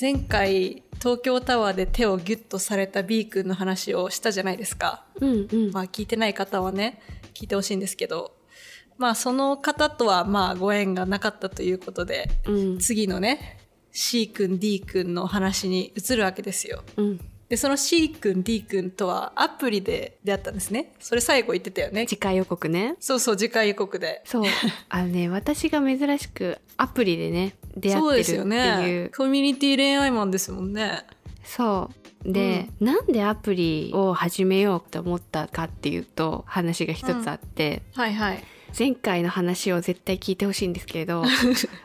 前回東京タワーで手をギュッとされた B 君の話をしたじゃないですか。うんうん。まあ聞いてない方はね、聞いてほしいんですけど、まあその方とはまあご縁がなかったということで、うん次のね、C 君 D 君の話に移るわけですよ。うん。で、その C 君 D 君とはアプリで出会ったんですね。それ最後言ってたよね。次回予告ね。そうそう、次回予告で。 そう。あのね、私が珍しくアプリでね、出そう会でってするよっていねう。。コミュニティ恋愛マンですもんね。そう。で、なんでアプリを始めようと思ったかっていうと、話が一つあって、はいはい。前回の話を絶対聞いてほしいんですけれ ど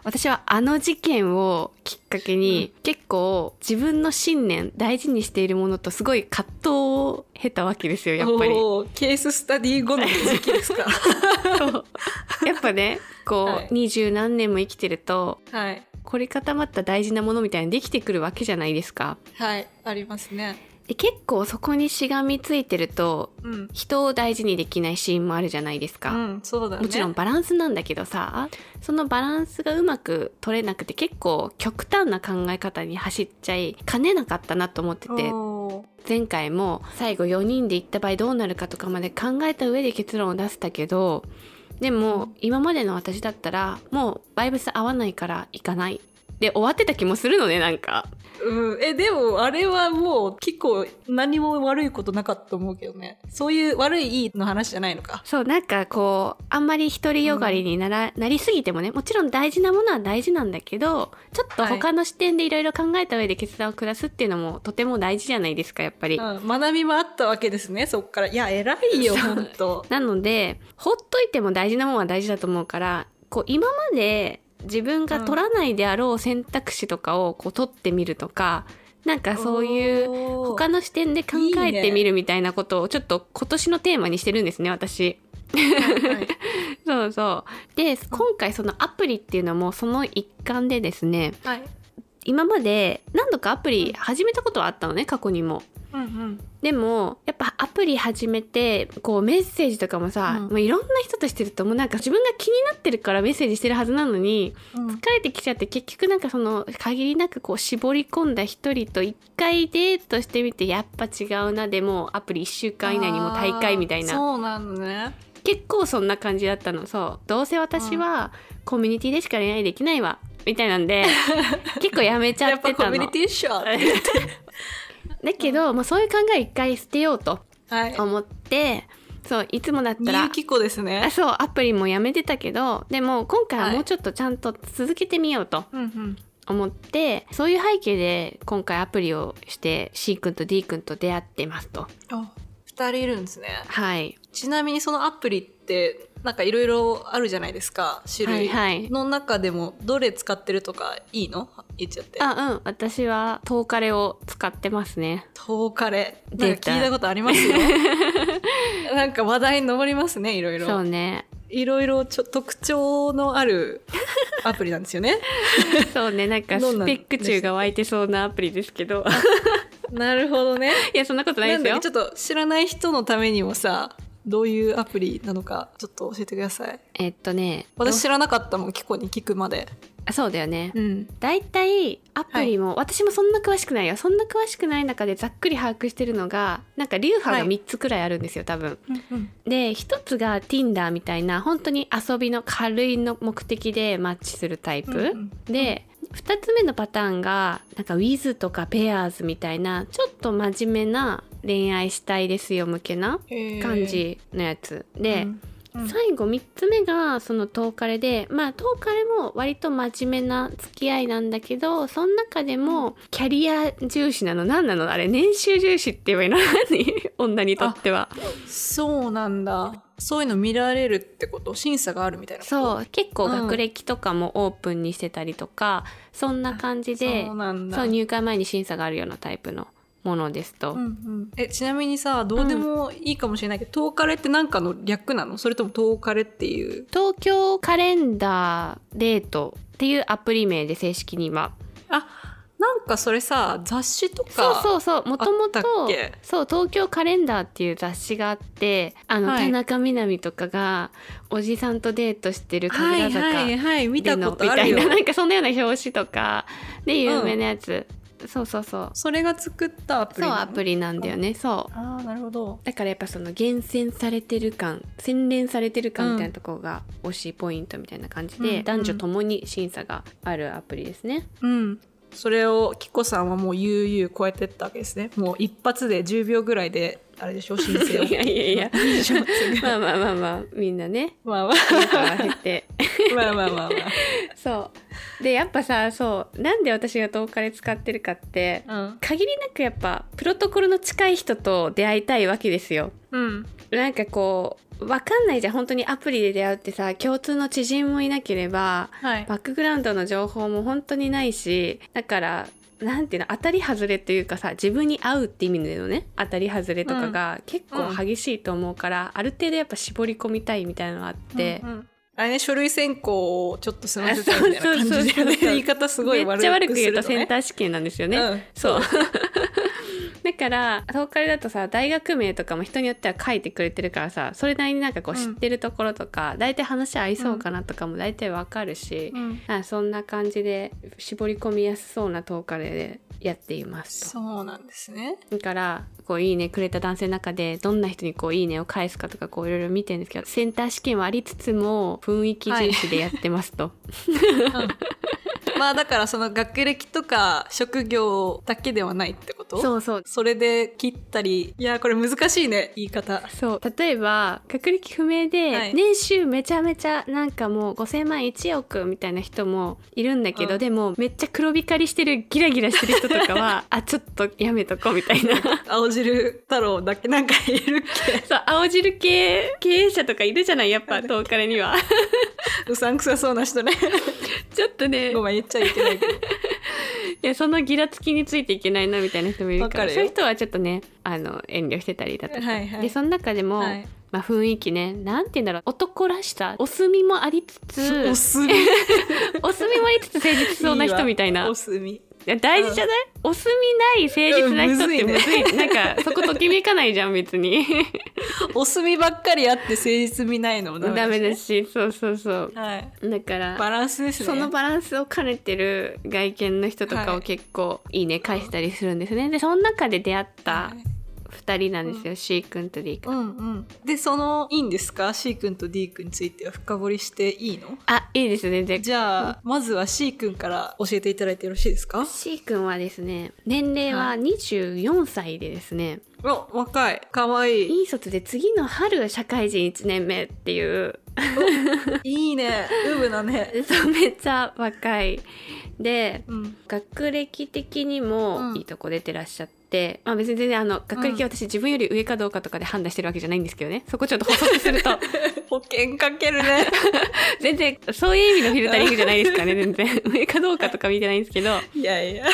私はあの事件をきっかけに、結構自分の信念大事にしているものとすごい葛藤を経たわけですよやっぱり。おーケーススタディ後の時期です か。そうやっぱねこう、はい二十何年も生きてるとはい。凝り固まった大事なものみたいなのできてくるわけじゃないですか。はい。ありますね。で結構そこにしがみついてるとうん。人を大事にできないシーンもあるじゃないですか。うん、そうだね。もちろん。バランスなんだけどさそのバランスがうまく取れなくて結構極端な考え方に走っちゃいかねなかったなと思っててお前回も最後4人で行った場合どうなるかとかまで考えた上で結論を出せたけどでも今までの私だったらもうバイブス合わないから行かないで終わってた気もするのねなんかーうん。え、でも、あれはもう、結構、何も悪いことなかったと思うけどね。そういう悪いいいの話じゃないのか。そうなんかこうあんまり独りよがりになら、なりすぎてもねもちろん大事なものは大事なんだけどちょっとはい他の視点でいろいろ考えた上で決断を下すっていうのもとても大事じゃないですかやっぱり。うん。学びもあったわけですね、そっから。いや、偉いよ、そうほんと。なのでほっといても大事なものは大事だと思うからこう今まで自分が取らないであろう選択肢とかをこう取ってみるとかなんかそういうう他の視点で考えてみるみたいなことをちょっと今年のテーマにしてるんですね私。そうそう。で、今回そのアプリっていうのもその一環でですね、はい。今まで何度かアプリ始めたことはあったのね、過去にも。うんうん。でも、やっぱアプリ始めて、こうメッセージとかもさ、うんもういろんな人としてると、もうなんか自分が気になってるからメッセージしてるはずなのに、うん疲れてきちゃって結局なんかその限りなくこう絞り込んだ一人と一回デートしてみて、やっぱ違うな、でもうアプリ一週間以内にもう大会みたいあーな。そうなのね。結構そんな感じだったのそうどうせ私はコミュニティでしか恋愛できないわみたいな んで結構やめちゃやっっぱてコたミュのニティっしょ。はい。だけど、まあ、そういう考え一回捨てようと思ってそういつもだったみらゆき子ですねあ。そうアプリもやめてたけどでも今回はもうちょっとちゃんと続けてみようとうんうん。思って、そういう背景で今回アプリをして C 君と D 君と出会ってますとあ、二人いるんですね。はいちなみにそのアプリって、なんかいろいろあるじゃないですか、種類。はいはいの中でも、どれ使ってるとかいいの言っちゃって。あうん私はトーカレを使ってますねトーカレ。なん出かた聞いたことありますよ。 なんか話題に上りますね、いろいそろう。ねいろいろちょ特徴のあるアプリなんですよ ね。そうねなんかどんスなペック中が湧いてそうなアプリですけどなるほどね。いやそんなことないなでんすだよっけちょっと知らない人のためにもさ、どういうアプリなのか、ちょっと教えてください。えっとね私知らなかったもん、キコに聞くまで。あそうだよねうん。だいたいアプリも、私もそんな詳しくないよそんな詳しくない中でざっくり把握してるのがなんか流派はがい3つくらいあるんですよ多分うんで1つが Tinder みたいな本当に遊びの軽いの目的でマッチするタイプ、うんで2つ目のパターンがなんか Wiz とか Pairs みたいなちょっと真面目な恋愛したいですよ向けな感じのやつで、うん最後3つ目がそのトーカレでまあトーカレも割と真面目な付き合いなんだけどその中でもキャリア重視なの何なのあれ年収重視って言えばいいの何 女にとってはそうなんだそういうの見られるってこと審査があるみたいなことそう結構うん学歴とかもオープンにしてたりとか、そんな感じでそうなんだそう入会前に審査があるようなタイプのものですと、うんうんえちなみにさどうでもいいかもしれないけど、トーカレって何かの略なのそれともトーカレっていう東京カレンダーデートっていうアプリ名で正式に今あなんかそれさ雑誌とかそうそうそうもともあとったっけそう東京カレンダーっていう雑誌があってあの、はい田中みな実とかがおじさんとデートしてるはい神楽坂はいはい見たでのことみ あたるいよななんかそんなような表紙とかで有名なやつそうそうそうそれが作ったアプリそうなのアプリなんだよねそうああなるほどだからやっぱその厳選されてる感洗練されてる感みたいなところが推しポイントみたいな感じうで、ん男女ともに審査があるアプリで すねうんそれをキコさんはもう悠々超えてったわけですねもう一発で10秒ぐらいであれでしょ申請をいやいやいや まあまあまあまあみんなねまあまあ評価は減ってまあまあまあまそうでやっぱさそうなんで私が東カレ使ってるかってあ限りなくやっぱプロトコルの近い人と出会いたいわけですようんうんなんかこうわかんないじゃん本当にアプリで出会うってさ共通の知人もいなければはいバックグラウンドの情報も本当にないしだからなんていうの当たり外れというかさ自分に合うって意味でのね当たり外れとかが結構激しいと思うから、ある程度やっぱ絞り込みたいみたいなのがあって、 うんうんあれね書類選考をちょっと済ませたいみたいな感じで、あそうそうそうね、そう言い方すごいめっ悪くちすゃると、ね、悪く言うとセンター試験なんですよね。うんそう だから東海だとさ大学名とかも人によっては書いてくれてるからさそれなりになんかこううん知ってるところとか、大体話合いそうかなとかも大体わかるし、うんあそんな感じで絞り込みやすそうな東海でやっていますと。 そうなんですねだからこういいねくれた男性の中でどんな人にこういいねを返すかとかこういろいろ見てるんですけどセンター試験はありつつも雰囲気重視でやってますと、まあだからその学歴とか職業だけではないってことそうそうそれで切ったりいやこれ難しいね言い方そう例えば学歴不明で、はい年収めちゃめちゃなんかもう5,000万1億みたいな人もいるんだけど、うんでもめっちゃ黒光りしてるギラギラしてる人と かはあちょっとやめとこうみたいな青汁太郎だけなんかいるっそう青汁系経営者とかいるじゃないやっぱ遠からには けうさんくさそうな人ねちょっとねごめん言っちゃいけないけどいやそのギラつきについていけないなみたいな人もいるからわかるよそういう人はちょっとねあの遠慮してたりだとか、はいはいでその中でも、はいまあ、雰囲気ねなんて言うんだろう男らしさお墨もありつつお墨お墨もありつつ誠実そうな人みたいな。いわおい墨や大事じゃない、お墨ない誠実な人ってうんむむずずい,、 なんかそこときめかないじゃん別にお墨ばっかりあって誠実味ないのもダメだししそうそうそうはいだからバランスですねそのバランスを兼ねてる外見の人とかはをい結構いいね返したりするんですねでその中で出会ったはい2人なんですよ、C 君と D 君、うんうんでそのいいんですか C 君と D 君については深掘りしていいのあいいですねでじゃあまずは C 君から教えていただいてよろしいですか C 君はですね年齢はは24歳でですね、お若いかわいいいい卒で次の春社会人1年目っていういいねウブだねそう めっちゃ若いで うん学歴的にうもんいいとこ出てらっしゃって、まあ別に全然あの学歴は私自分より上かどうかとかで判断してるわけじゃないんですけどねそこちょっと補足す ると保険かけるね全然そういう意味のフィルタリングじゃないですからね全然 上かどうかとか見てないんですけどいやいや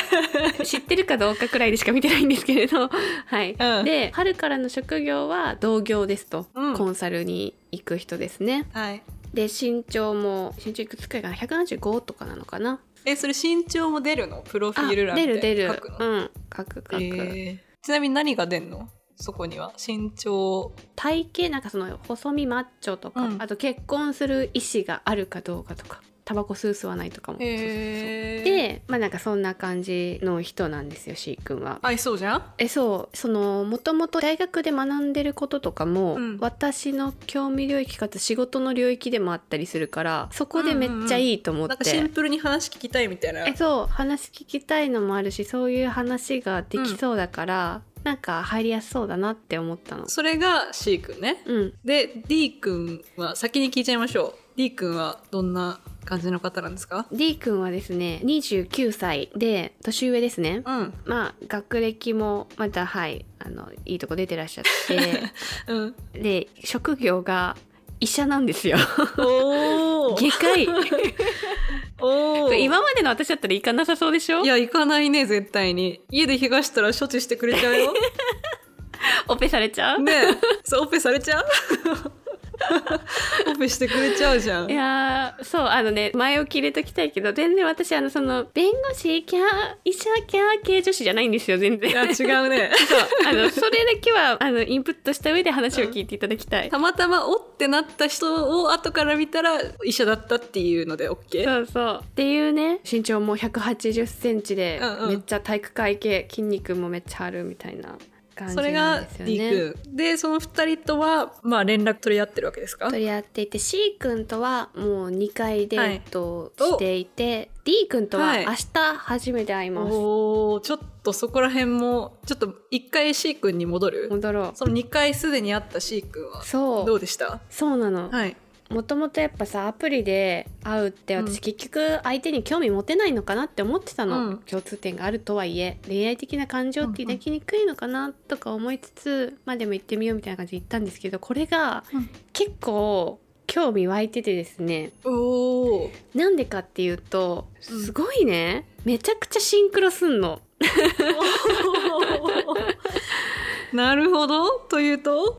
知ってるかどうかくらいでしか見てないんですけれど はい、うんで春からの職業は同業ですと、うんコンサルに行く人ですねはいで身長も身長いくつくらいかな175とかなのかなえそれ身長も出るのプロフィール欄出る出でる書くのうん書く書く、えーちなみに何が出んのそこには身長体型なんかその細身マッチョとか、うんあと結婚する意思があるかどうかとかタバコ吸う吸わないとかも、えででまあなんかそんな感じの人なんですよ C 君は。合いそうじゃんえそうそのもともと大学で学んでることとかも、うん私の興味領域かつ仕事の領域でもあったりするからそこでめっちゃいいと思っなんかて、シンプルに話聞きたいみたいなえそう話聞きたいのもあるしそういう話ができそうだから、なんか入りやすそうだなって思ったの。それが C 君ねうん、で D 君は先に聞いちゃいましょう D 君はどんな感じの方なんですか D 君はですね29歳で年上ですね、うんまあ学歴もまたはいあのいいとこ出てらっし ゃっうんてで職業が医者なんですよお外科医 おー今までの私だったら行かなさそうでしょいや行かないね絶対に家で怪我したら処置してく れちゃうよオペされちゃう、ねえそうオペされちゃう オフしてくれちゃうじゃんいやーそうあのね前置き入れときたいけど全然私あのその弁護士キャー医者キャー系女子じゃないんですよ全然いや違う ねそうあのそれだけはあのインプットした上で話を聞いていただきたい、たまたまおってなった人を後から見たら医者だったっていうので OK そうそうっていうね身長も1 8 0ンチでうんうんめっちゃ体育会系筋肉もめっちゃあるみたいな感じそれがなんですよ D ね。君でその2人とはまあ連絡取り合ってるわけですか取り合っていて C 君とはもう2回デートはいしていて、D 君とははい明日初めて会います、おーちょっとそこら辺もちょっと1回 C 君に戻る戻ろその2回すでに会った C 君はうそうどうでしたそうなの、はいもともとやっぱさアプリで会うってうん私結局相手に興味持てないのかなって思ってたの、うん共通点があるとはいえ恋愛的な感情って抱きにくいのかなとか思いつつ、まあでも行ってみようみたいな感じで行ったんですけどこれがうん結構興味湧いててですねおおなんでかっていうとうんすごいね、めちゃくちゃシンクロすんの。 なるほどというと、考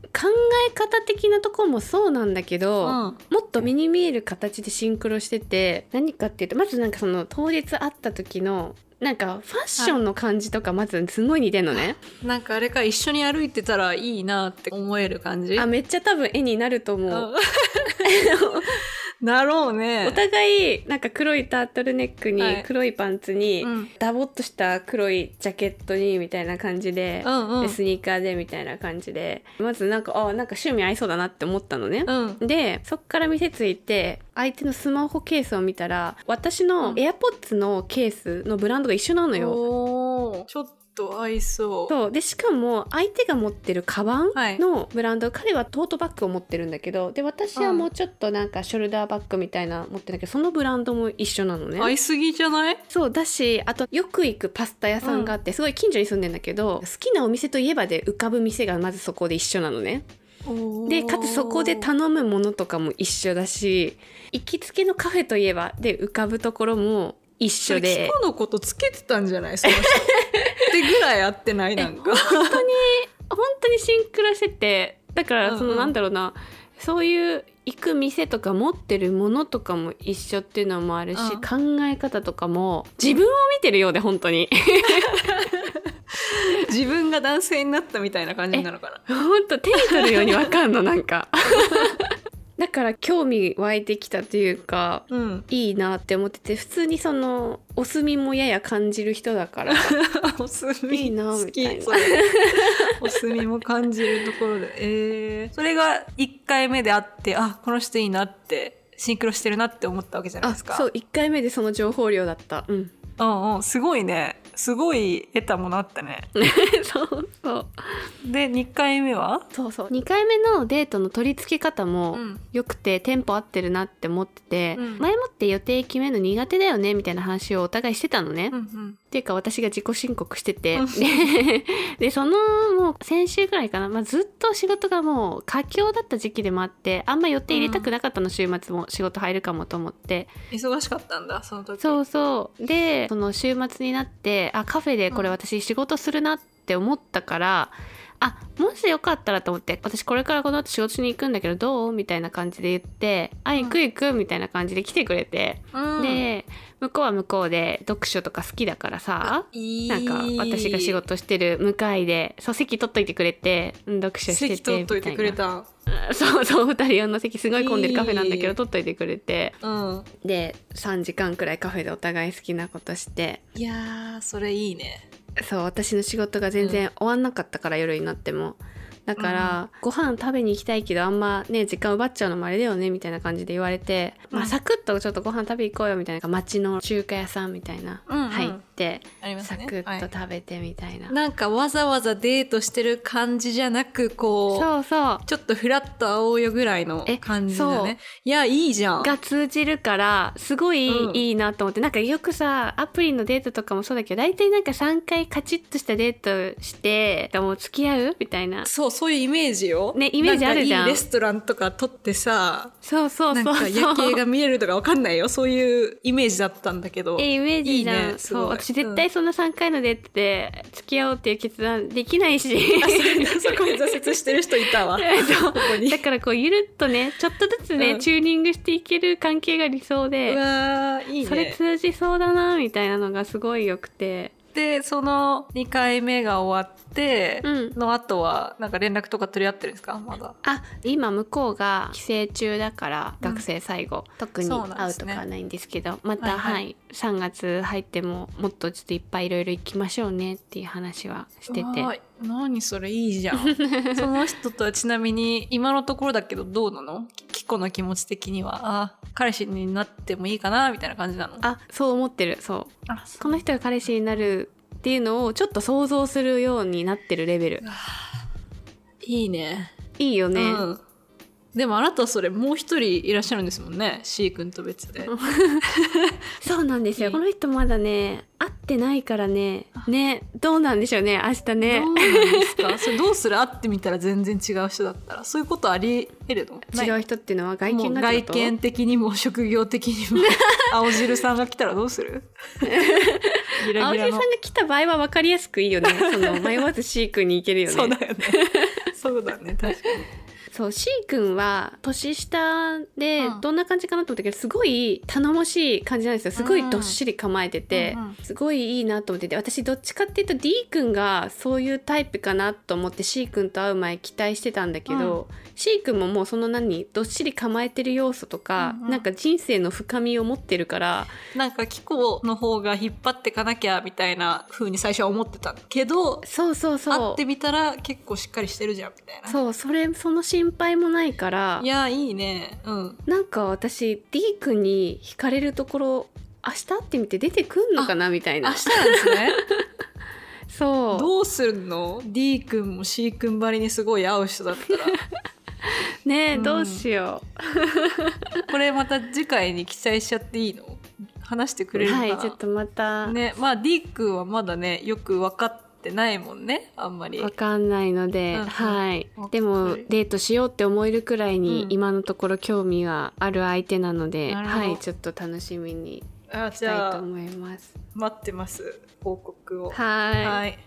え方的なとこもそうなんだけど、うんもっと目に見える形でシンクロしてて何かっていうとまずなんかその当日会った時のなんかファッションの感じとかまずすごい似てんのね、なんかあれか一緒に歩いてたらいいなって思える感じあめっちゃ多分絵になると思う、うん なろうねお互いなんか黒いタートルネックにはい黒いパンツに、うんダボっとした黒いジャケットにみたいな感じでう、んうんでスニーカーでみたいな感じでまずなんかあなんか趣味合いそうだなって思ったのね、うんでそっから店ついて相手のスマホケースを見たら私のうん AirPods のケースのブランドが一緒なのよ。おーちょっと合いそうそうでしかも相手が持ってるカバンはいのブランド、彼はトートバッグを持ってるんだけどで私はもうちょっとなんかショルダーバッグみたいな持ってるんだけどそのブランドも一緒なのね。合いすぎじゃないそうだしあとよく行くパスタ屋さんがあって、すごい近所に住んでんだけど好きなお店といえばで浮かぶ店がまずそこで一緒なのね。でかつそこで頼むものとかも一緒だし行きつけのカフェといえばで浮かぶところも一緒で今のことつけてたんじゃないそ の人ってぐらい合ってないなんか本当にシンクロしててだかうんうらんそのなんだろうな、そういう行く店とか持ってるものとかも一緒っていうのもあるし、うん考え方とかも自分を見てるようで本当に 自分が男性になったみたいな感じなのかな本当手に取るようにわ かんのなんかだから興味湧いてきたというか うん。いいなって思ってて普通にそのお墨もやや感じる人だからお墨いいな好きみたいなそれお墨も感じるところで。えー、それが1回目であって、あ、この人いいなって、シンクロしてるなって思ったわけじゃないあですか。そう1回目でその情報量だったうんうんうん、すごいね。すごい得たものあったね。 そうそうで、2回目はそうそう2回目のデートの取り付け方もうん良くて、テンポ合ってるなって思ってて、うん前もって予定決めるの苦手だよねみたいな話をお互いしてたのね、うっんていうか私が自己申告してて、うんででそのもう先週ぐらいかな、まあ、ずっと仕事がもう佳境だった時期でもあってあんま予定入れたくなかったの、週末も仕事入るかもと思って忙しかったんだ、その時。そうそうでその週末になってあカフェでこれうん私仕事するなって思ったから、あもしよかったらと思って私これからこの後仕事しに行くんだけどどうみたいな感じで言ってあん行く行くみたいな感じで来てくれて、うん、で向こうは向こうで読書とか好きだからさいいなんか私が仕事してる向かいでそう席取っといてくれてうん読書してて席取っといてくれみたいた。なそうそう2人用の席すごい混んでるカフェなんだいけどい取っといてくれてうん。で3時間くらいカフェでお互い好きなことしていやー、それいいね。そう私の仕事が全然終わんなかったから、夜になってもだから、ご飯食べに行きたいけどあんまね時間奪っちゃうのもあれだよねみたいな感じで言われて、まうあ、んサクッとちょっとご飯食べ行こうよみたいな街の中華屋さんみたいな、うんうん入って、ありますサね。クはいッと食べてみたいな、なんかわざわざデートしてる感じじゃなくこうそうそうちょっとフラッと会おうよぐらいのえ感じだそうねいやいいじゃんが通じるからすごいうんいいなと思って、なんかよくさアプリのデートとかもそうだけど大体なんか3回カチッとしたデートしてもう付き合うみたいなそうそういうイメージよねイメージあるじゃんなかいいレストランとか撮ってさそうそうなんそうかそう夜景が見えるとかわかんないよそういうイメージだったんだけど えイメージじゃんいいねすごいそう私絶対そんな3回のデートで付き合おうっていう決断できないしあ そそこに挫折してる人いた わこえっとこにだからこうゆるっとねちょっとずつね、うんチューニングしていける関係が理想うでわーいいねそれ通じそうだなみたいなのがすごい良くてでその2回目が終わってうんの後はなんか連絡とか取り合ってるんですかまだあ今向こうが帰省中だから、うん学生最後特にそうなん会でうすとねかはないんですけどまた、ははいいはい3月入ってももっとちょっといっぱいいろいろ行きましょうねっていう話はしてうわてー何それいいじゃん その人とはちなみに今のところだけどどうなのキコの気持ち的にはあ彼氏になってもいいかなみたいな感じなのあそう思ってるそうあこの人が彼氏になるっていうのをちょっと想像するようになってるレベルいいねいいよね、うん、でもあなたはそれもう一人いらっしゃるんですもんね C 君と別でそうなんですよ、いいこの人まだね会ってないからねねどうなんでしょうね明日どうねなんですか それどうする会ってみたら全然違う人だったらそういうことあり得るの 違なうい人っていうのは外もう見がって外こと見的にも職業的に も青汁さんが来たらどうする ギラ青ギラ汁さのんが来た場合は分かりやすくいいよ ねその迷わず C 君に行けるよねそうだよねそうだね確かにそう C 君は年下でうんどんな感じかなと思ったけどすごい頼もしい感じなんですよすごういんどっしり構えてて、うんうんすごいいいなと思ってて私どっちかっていうと D 君がそういうタイプかなと思って C 君と会う前期待してたんだけど、C 君ももうその何どっしり構えてる要素とか、うんうんなんか人生の深みを持ってるからなんかキコの方が引っ張ってかなきゃみたいな風に最初は思ってたけどそうそう会そってうみたら結構しっかりしてるじゃんみたいなそうそれその心配もないからいやいいねうんなんか私 D 君に惹かれるところ明日会ってみて出てくんのかなみたい明な日なんですね そどうするの D 君も C 君ばりにすごい合う人だったらうねえ、うんどうしよこれまた次回に記載しちゃっていいの話してくうれるかはな、いちょっとまた、ねまあ D 君はまだねよく分かってないもんねあんまりわかんないので、うんうんはいわかるでもデートしようって思えるくらいに、うん今のところ興味がある相手なのでなるほどはいちょっと楽しみにあしじたいゃとあ思います待ってます報告をはいはい